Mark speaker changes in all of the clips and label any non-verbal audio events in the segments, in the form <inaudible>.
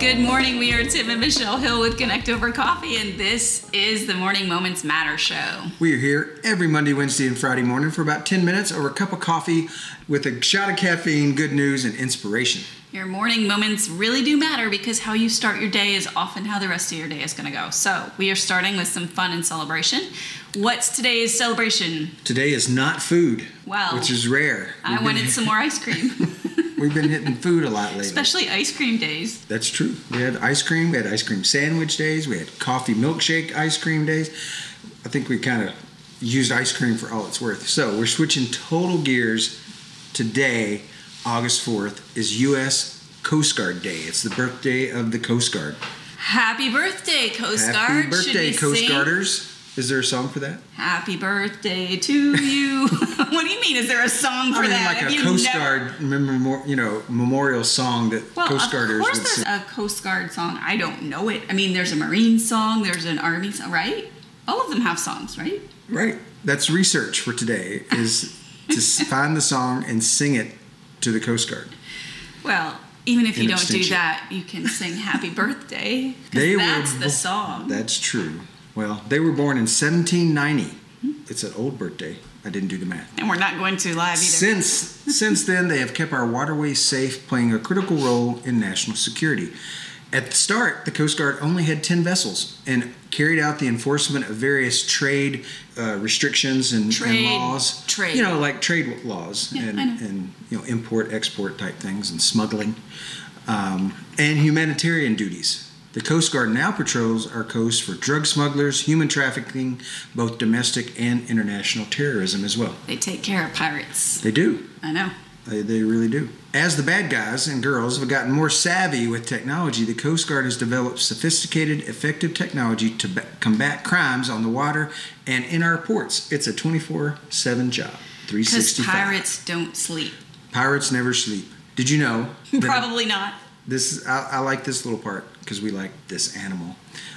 Speaker 1: Good morning. We are Tim and Michelle Hill with Connect Over Coffee, and this is the Morning Moments Matter show.
Speaker 2: We are here every Monday, Wednesday, and Friday morning for about 10 minutes over a cup of coffee with a shot of caffeine, good news, and inspiration.
Speaker 1: Your morning moments really do matter because how you start your day is often how the rest of your day is going to go. So, we are starting with some fun and celebration. What's today's celebration?
Speaker 2: Today is not food,
Speaker 1: Wow.
Speaker 2: which is rare.
Speaker 1: Oh. I
Speaker 2: We've
Speaker 1: wanted
Speaker 2: been,
Speaker 1: some more ice cream,
Speaker 2: <laughs> We've been
Speaker 1: <laughs>
Speaker 2: hitting food a lot lately.
Speaker 1: especially ice cream days.
Speaker 2: That's true. We had ice cream, we had ice cream sandwich days, we had coffee milkshake ice cream days. I think we kind of used ice cream for all it's worth. So we're switching total gears today, August 4th, is U.S. Coast Guard Day. It's the birthday of the Coast Guard.
Speaker 1: Happy birthday, Coast Guard.
Speaker 2: Happy
Speaker 1: Should
Speaker 2: birthday,
Speaker 1: we
Speaker 2: Coast
Speaker 1: sing?
Speaker 2: Guarders. Is there a song for that?
Speaker 1: Happy birthday to you. <laughs> what do you mean? Is there a song for
Speaker 2: I mean,
Speaker 1: that?
Speaker 2: like
Speaker 1: Have
Speaker 2: a
Speaker 1: you
Speaker 2: Coast
Speaker 1: never-
Speaker 2: Guard memor- you know, memorial song that
Speaker 1: Well,
Speaker 2: Coast
Speaker 1: of
Speaker 2: Guarders
Speaker 1: course,
Speaker 2: would
Speaker 1: there's
Speaker 2: sing.
Speaker 1: a Coast Guard song. I don't know it. I mean, there's a Marine song. There's an Army song, right? All of them have songs, right?
Speaker 2: Right. That's research for today is to s- <laughs> find the song and sing it to the Coast Guard.
Speaker 1: Well, even if you
Speaker 2: In
Speaker 1: don't do
Speaker 2: extension.
Speaker 1: that, you can sing
Speaker 2: <laughs>
Speaker 1: "Happy Birthday" 'cause
Speaker 2: They were
Speaker 1: that's the
Speaker 2: bo-
Speaker 1: song.
Speaker 2: That's true. Well, they were born in 1790. It's an old birthday. I didn't do the math.
Speaker 1: and we're not going to live either.
Speaker 2: Since since then, they have kept our waterways safe, playing a critical role in national security. At the start, the Coast Guard only had 10 vessels and carried out the enforcement of various trade uh, restrictions and, and
Speaker 1: Trade-
Speaker 2: laws.
Speaker 1: trade.
Speaker 2: You know, like trade laws and,
Speaker 1: I know.
Speaker 2: and you know import export type things and smuggling um, and humanitarian duties. The Coast Guard now patrols our coast for drug smugglers, human trafficking, both domestic and international terrorism as well.
Speaker 1: they take care of pirates.
Speaker 2: They do.
Speaker 1: I know.
Speaker 2: They, they really do. As the bad guys and girls have gotten more savvy with technology, the Coast Guard has developed sophisticated, effective technology to ba- combat crimes on the water and in our ports. It's a 24 7 job,
Speaker 1: Because
Speaker 2: 365.
Speaker 1: pirates don't
Speaker 2: <laughs>
Speaker 1: sleep.
Speaker 2: Pirates never sleep. Did
Speaker 1: <laughs>
Speaker 2: you know? that-
Speaker 1: Probably not.
Speaker 2: This is, I, I like this little part because we like this animal.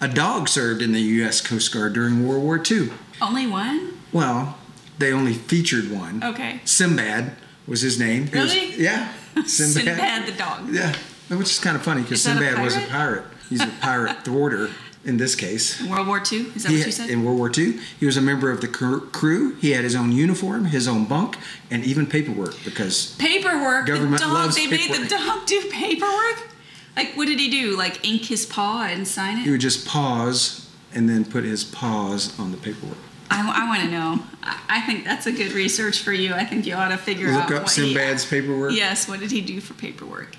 Speaker 2: A dog served in the U.S. Coast Guard during World War II.
Speaker 1: Only one.
Speaker 2: Well, they only featured one.
Speaker 1: Okay.
Speaker 2: Sinbad was his name. It was-
Speaker 1: Oh. Really? <laughs>
Speaker 2: yeah.
Speaker 1: Sinbad the dog.
Speaker 2: Yeah, which is kind of funny because
Speaker 1: Is that a
Speaker 2: Sinbad was a
Speaker 1: pirate?
Speaker 2: pirate. He's a
Speaker 1: <laughs>
Speaker 2: pirate thwarter in this case.
Speaker 1: World War II. Is that
Speaker 2: He-
Speaker 1: what you said?
Speaker 2: in World War II, he was a member of the cr- crew. He had his own uniform, his own bunk, and even paperwork because
Speaker 1: paperwork.
Speaker 2: Government
Speaker 1: the dog.
Speaker 2: loves
Speaker 1: they made
Speaker 2: paperwork.
Speaker 1: the dog do paperwork. Like, what did he do? Like, ink his paw and sign
Speaker 2: he
Speaker 1: it?
Speaker 2: would just pause and then put his paws on the paperwork.
Speaker 1: I, want to know. I, I think that's a good research for you. I think you ought to figure out.
Speaker 2: Look up
Speaker 1: what
Speaker 2: Sinbad's paperwork.
Speaker 1: He, yes. What did he do for paperwork?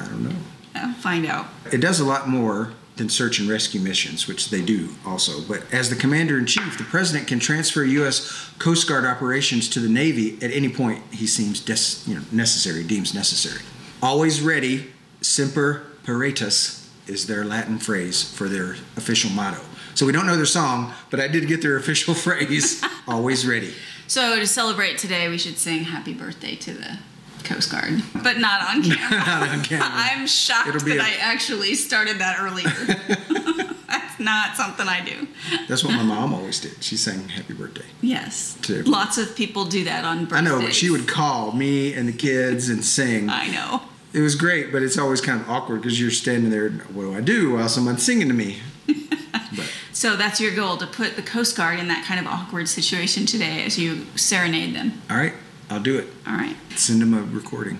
Speaker 2: I don't know.
Speaker 1: Uh, find out.
Speaker 2: It does a lot more than search and rescue missions, which they do also. But as the commander in chief, the president can transfer U.S. Coast Guard operations to the Navy at any point he seems des- you know, necessary, deems necessary. Always ready, semper paratus is their Latin phrase for their official motto. So we don't know their song, but I did get their <laughs> official phrase: "Always ready."
Speaker 1: So to celebrate today, we should sing "Happy Birthday" to the Coast Guard, but not
Speaker 2: <laughs>
Speaker 1: on camera.
Speaker 2: Not on camera.
Speaker 1: I'm shocked
Speaker 2: It'll
Speaker 1: that
Speaker 2: be
Speaker 1: I
Speaker 2: a-
Speaker 1: actually started that earlier. <laughs>
Speaker 2: <laughs>
Speaker 1: that's not something I do.
Speaker 2: That's what my mom always did. She sang "Happy Birthday."
Speaker 1: Yes.
Speaker 2: To everyone.
Speaker 1: Lots of people do that on birthdays.
Speaker 2: I know, but she would call me and the kids and sing.
Speaker 1: I know.
Speaker 2: It was great, but it's always kind of awkward because you're standing there. What do I do while someone's singing
Speaker 1: <laughs>
Speaker 2: to me? but
Speaker 1: So that's your goal to put the Coast Guard in that kind of awkward situation today as you serenade them.
Speaker 2: all right, I'll do it.
Speaker 1: All right.
Speaker 2: Send them a recording.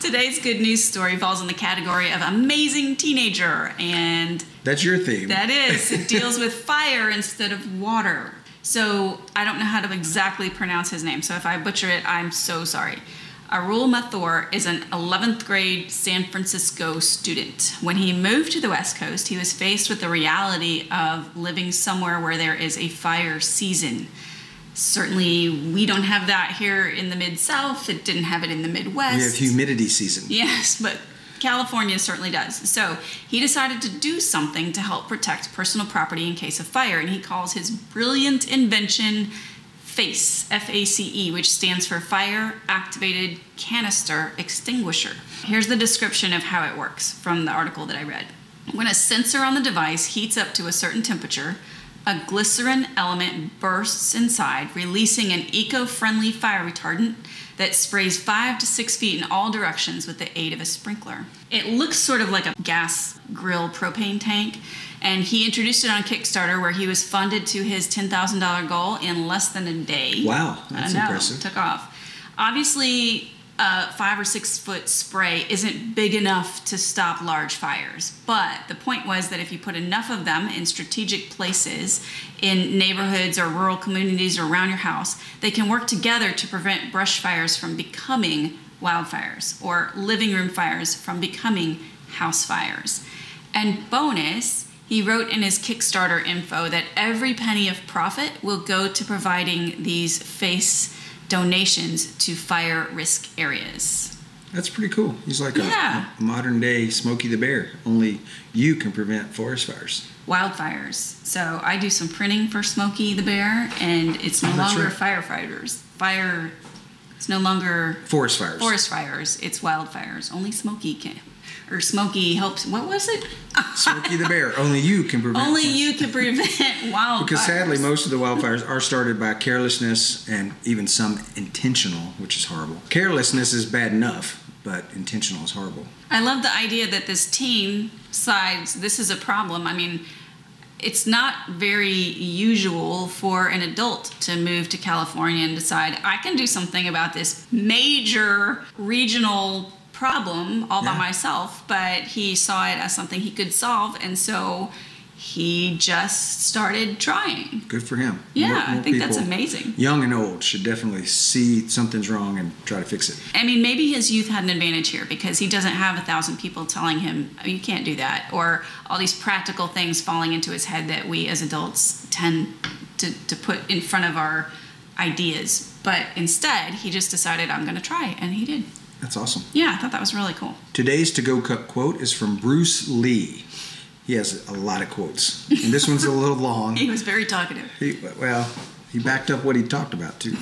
Speaker 1: Today's good news story falls in the category of amazing teenager, and
Speaker 2: That's your theme.
Speaker 1: that is, it deals with fire instead of water. So I don't know how to exactly pronounce his name, so if I butcher it, I'm so sorry. Arul Mathur is an 11th grade San Francisco student. When he moved to the West Coast, he was faced with the reality of living somewhere where there is a fire season. Certainly, we don't have that here in the Mid South. It didn't have it in the Midwest.
Speaker 2: we have humidity season.
Speaker 1: Yes, but California certainly does. So he decided to do something to help protect personal property in case of fire, and he calls his brilliant invention FACE, F A C E, which stands for Fire Activated Canister Extinguisher. Here's the description of how it works from the article that I read. When a sensor on the device heats up to a certain temperature, a glycerin element bursts inside, releasing an eco friendly fire retardant that sprays five to six feet in all directions with the aid of a sprinkler. It looks sort of like a gas grill propane tank, and he introduced it on Kickstarter where he was funded to his $10,000 goal in less than a day.
Speaker 2: Wow, that's
Speaker 1: I know,
Speaker 2: impressive.
Speaker 1: Took off. Obviously, a five or six foot spray isn't big enough to stop large fires, but the point was that if you put enough of them in strategic places, in neighborhoods or rural communities or around your house, they can work together to prevent brush fires from becoming wildfires or living room fires from becoming house fires. And bonus, he wrote in his Kickstarter info that every penny of profit will go to providing these face donations to fire risk areas.
Speaker 2: That's pretty cool. He's like
Speaker 1: Yeah.
Speaker 2: a, a modern day Smokey the Bear, only you can prevent forest fires.
Speaker 1: Wildfires. So I do some printing for Smokey the Bear, and it's no
Speaker 2: That's
Speaker 1: longer firefighters. Fire. It's no longer
Speaker 2: Forest fires.
Speaker 1: forest fires. It's wildfires. Only Smokey can, or Smokey helps. What was it?
Speaker 2: <laughs> Smokey the Bear, only you can prevent
Speaker 1: Only
Speaker 2: forest-
Speaker 1: you can prevent wildfires.
Speaker 2: <laughs> Because sadly, most of the wildfires are started by carelessness and even some intentional, which is horrible. Carelessness is bad enough, but intentional is horrible.
Speaker 1: I love the idea that this team sides this is a problem. I mean, it's not very usual for an adult to move to California and decide I can do something about this major regional problem all
Speaker 2: Yeah.
Speaker 1: by myself, but he saw it as something he could solve and so he just started trying.
Speaker 2: Good for him.
Speaker 1: Yeah,
Speaker 2: More-
Speaker 1: I
Speaker 2: more
Speaker 1: think that's
Speaker 2: people,
Speaker 1: amazing.
Speaker 2: Young and old should definitely see something's wrong and try to fix it.
Speaker 1: I mean, maybe his youth had an advantage here because he doesn't have a thousand people telling him, oh, you can't do that, or all these practical things falling into his head that we as adults tend to, to put in front of our ideas. But instead, he just decided, I'm going to try, and he did.
Speaker 2: That's awesome.
Speaker 1: Yeah, I thought that was really cool.
Speaker 2: Today's to go cup quote is from Bruce Lee. He has a lot of quotes, and this one's a little
Speaker 1: <laughs>
Speaker 2: long.
Speaker 1: He was very talkative.
Speaker 2: He, well, he backed up what he talked about <laughs> too.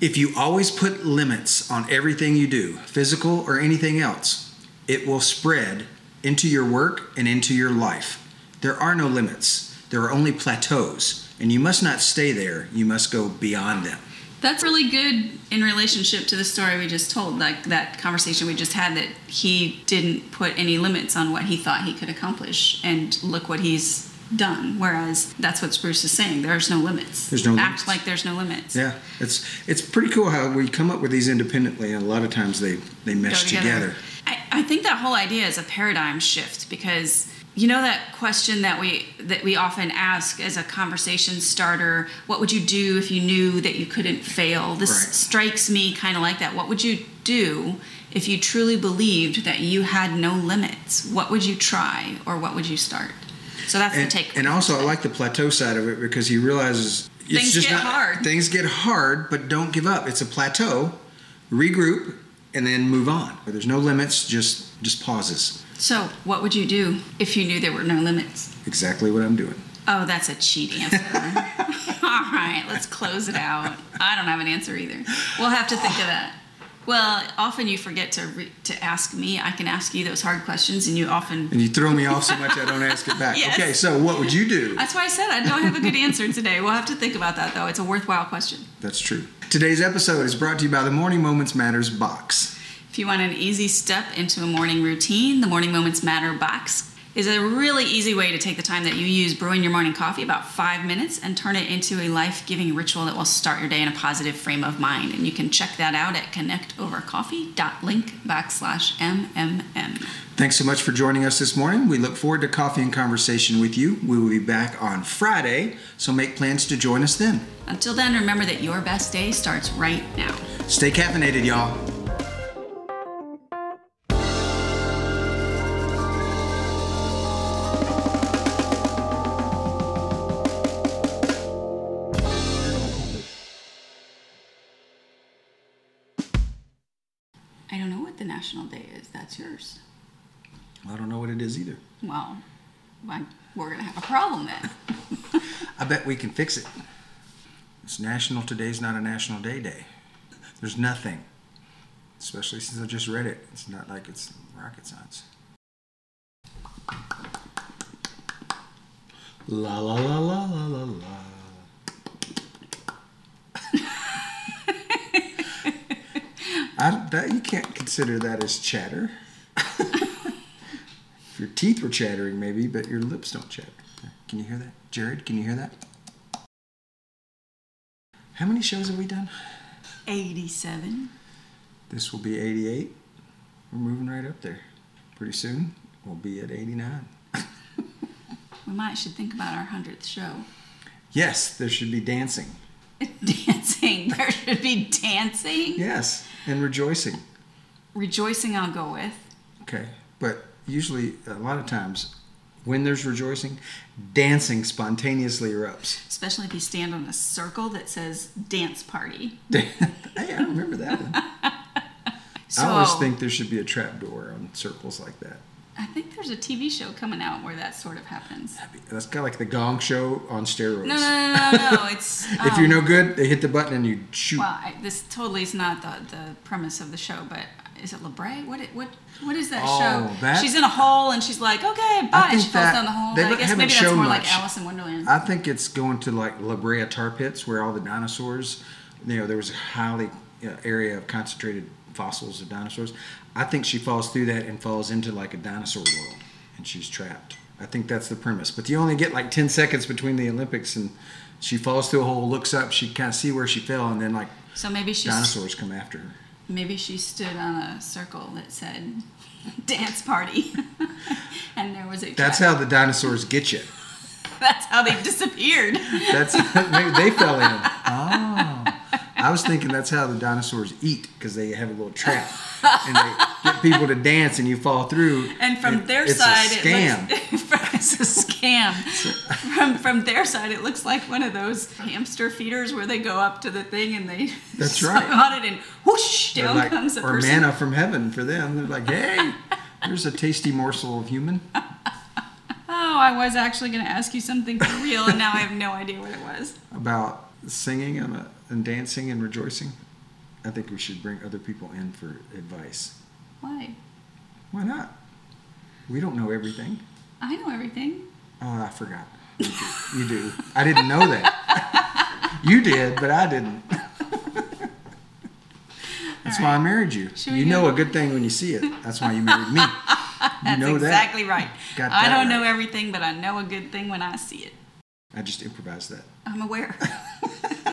Speaker 2: if you always put limits on everything you do, physical or anything else, it will spread into your work and into your life. There are no limits. There are only plateaus, and you must not stay there. You must go beyond them.
Speaker 1: That's really good in relationship to the story we just told, like that conversation we just had that he didn't put any limits on what he thought he could accomplish and look what he's done. Whereas that's what Bruce is saying. There's no limits.
Speaker 2: There's no
Speaker 1: Act
Speaker 2: limits.
Speaker 1: like there's no limits.
Speaker 2: Yeah, it's it's pretty cool how we come up with these independently, and a lot of times they they
Speaker 1: Go
Speaker 2: mesh together.
Speaker 1: I, I think that whole idea is a paradigm shift because you know that question that we that we often ask as a conversation starter, what would you do if you knew that you couldn't fail? This
Speaker 2: Right.
Speaker 1: strikes me kind of like that. What would you do if you truly believed that you had no limits? What would you try or what would you start? So that's
Speaker 2: and,
Speaker 1: the take.
Speaker 2: and also, I like the plateau side of it because he realizes it's
Speaker 1: Things
Speaker 2: just
Speaker 1: get
Speaker 2: not,
Speaker 1: hard.
Speaker 2: Things get hard, but don't give up. It's a plateau. Regroup and then move on. There's no limits. Just just pauses.
Speaker 1: so, what would you do if you knew there were no limits?
Speaker 2: Exactly what I'm doing.
Speaker 1: Oh, that's a cheat answer. <laughs> All right, let's close it out. I don't have an answer either. We'll have to think of that. Well, often you forget to re- to ask me. I can ask you those hard questions, and you often.
Speaker 2: And you throw me off so much
Speaker 1: <laughs>
Speaker 2: I don't ask it back.
Speaker 1: Yes.
Speaker 2: Okay, so what would you do?
Speaker 1: That's why I said I don't have a good answer today. We'll have to think about that, though. It's a worthwhile question.
Speaker 2: That's true. Today's episode is brought to you by the Morning Moments Matters box.
Speaker 1: If you want an easy step into a morning routine, the Morning Moments Matter box is a really easy way to take the time that you use brewing your morning coffee, about five minutes, and turn it into a life giving ritual that will start your day in a positive frame of mind. And you can check that out at connectovercoffee.link backslash MMM.
Speaker 2: Thanks so much for joining us this morning. We look forward to coffee and conversation with you. We will be back on Friday, so make plans to join us then.
Speaker 1: Until then, remember that your best day starts right now.
Speaker 2: Stay caffeinated, y'all.
Speaker 1: I don't know what the national day is. That's yours.
Speaker 2: I don't know what it is either.
Speaker 1: Well, I- we're going to have a problem then.
Speaker 2: I bet we can fix it. It's national. Today's not a national day day. There's nothing. Especially since I just read it. It's not like it's rocket science. La la la la la la la. I, that, you can't consider that as chatter. if your teeth were chattering, maybe, but your lips don't chatter. Can you hear that? Jared, can you hear that? How many shows have we done?
Speaker 1: 87.
Speaker 2: This will be 88. We're moving right up there. Pretty soon, we'll be at 89.
Speaker 1: We might should think about our 100th show.
Speaker 2: Yes, there should be dancing.
Speaker 1: <laughs> dancing. <laughs> There should be dancing.
Speaker 2: Yes, and rejoicing.
Speaker 1: Rejoicing, I'll go with.
Speaker 2: Okay, but usually, a lot of times, when there's rejoicing, dancing spontaneously erupts. <laughs>
Speaker 1: Especially if you stand on a circle that says dance party.
Speaker 2: hey, I remember that one.
Speaker 1: So
Speaker 2: I always think there should be a trap door on circles like that.
Speaker 1: I think there's a TV show coming out where that sort of happens.
Speaker 2: That's kind of like the Gong Show on steroids.
Speaker 1: No, no, no, no, no. It's
Speaker 2: <laughs> If
Speaker 1: um,
Speaker 2: you're no good, they hit the button and you shoot.
Speaker 1: Well, I, this totally is not the, the premise of the show, but is it LeBray? What it, what what is that
Speaker 2: Oh,
Speaker 1: show?
Speaker 2: that-
Speaker 1: she's in a hole and she's like, okay, bye. And
Speaker 2: think
Speaker 1: she falls
Speaker 2: that-
Speaker 1: down the hole.
Speaker 2: they
Speaker 1: and I
Speaker 2: don't-
Speaker 1: guess
Speaker 2: haven't
Speaker 1: maybe that's
Speaker 2: shown
Speaker 1: more like
Speaker 2: much.
Speaker 1: Alice in Wonderland.
Speaker 2: I think it's going to like La Brea tar pits where all the dinosaurs, you know, there was a highly uh, area of concentrated fossils of dinosaurs. I think she falls through that and falls into like a dinosaur world and she's trapped. I think that's the premise. But you only get like 10 seconds between the Olympics and she falls through a hole, looks up, she kind of see where she fell and then like
Speaker 1: so maybe she's
Speaker 2: dinosaurs come after her.
Speaker 1: maybe she stood on a circle that said <laughs> dance party, <laughs> and there was a.
Speaker 2: That's
Speaker 1: trap.
Speaker 2: how the dinosaurs get you.
Speaker 1: <laughs> that's how they
Speaker 2: <laughs>
Speaker 1: disappeared.
Speaker 2: That's maybe they fell in. Oh, I was thinking that's how the dinosaurs eat because they have a little trap and they get people to dance, and you fall through.
Speaker 1: And from
Speaker 2: It-
Speaker 1: their
Speaker 2: it's a
Speaker 1: side, <laughs>
Speaker 2: scam.
Speaker 1: it looks it's a scam. from from their side, it looks like one of those hamster feeders where they go up to the thing and they
Speaker 2: That's
Speaker 1: <laughs> swim
Speaker 2: right.
Speaker 1: on it and whoosh
Speaker 2: They're
Speaker 1: down
Speaker 2: like-
Speaker 1: comes a
Speaker 2: or
Speaker 1: person.
Speaker 2: manna from heaven for them. They're like, hey, here's a tasty morsel of human.
Speaker 1: Oh, I was actually going to ask you something for real, and now I have no idea what it was.
Speaker 2: About singing and, uh, and dancing and rejoicing. I think we should bring other people in for advice.
Speaker 1: Why?
Speaker 2: Why not? We don't know everything.
Speaker 1: I know everything.
Speaker 2: Oh, I forgot. You do. You do. I didn't know that. you did, but I didn't. That's why I married you.
Speaker 1: Should we
Speaker 2: You
Speaker 1: go-
Speaker 2: know a good thing when you see it. That's why you married me.
Speaker 1: <laughs> That's
Speaker 2: know that.
Speaker 1: exactly right.
Speaker 2: Got
Speaker 1: I
Speaker 2: that
Speaker 1: don't know
Speaker 2: right.
Speaker 1: everything, but I know a good thing when I see it.
Speaker 2: <laughs> I just improvised that.
Speaker 1: I'm aware.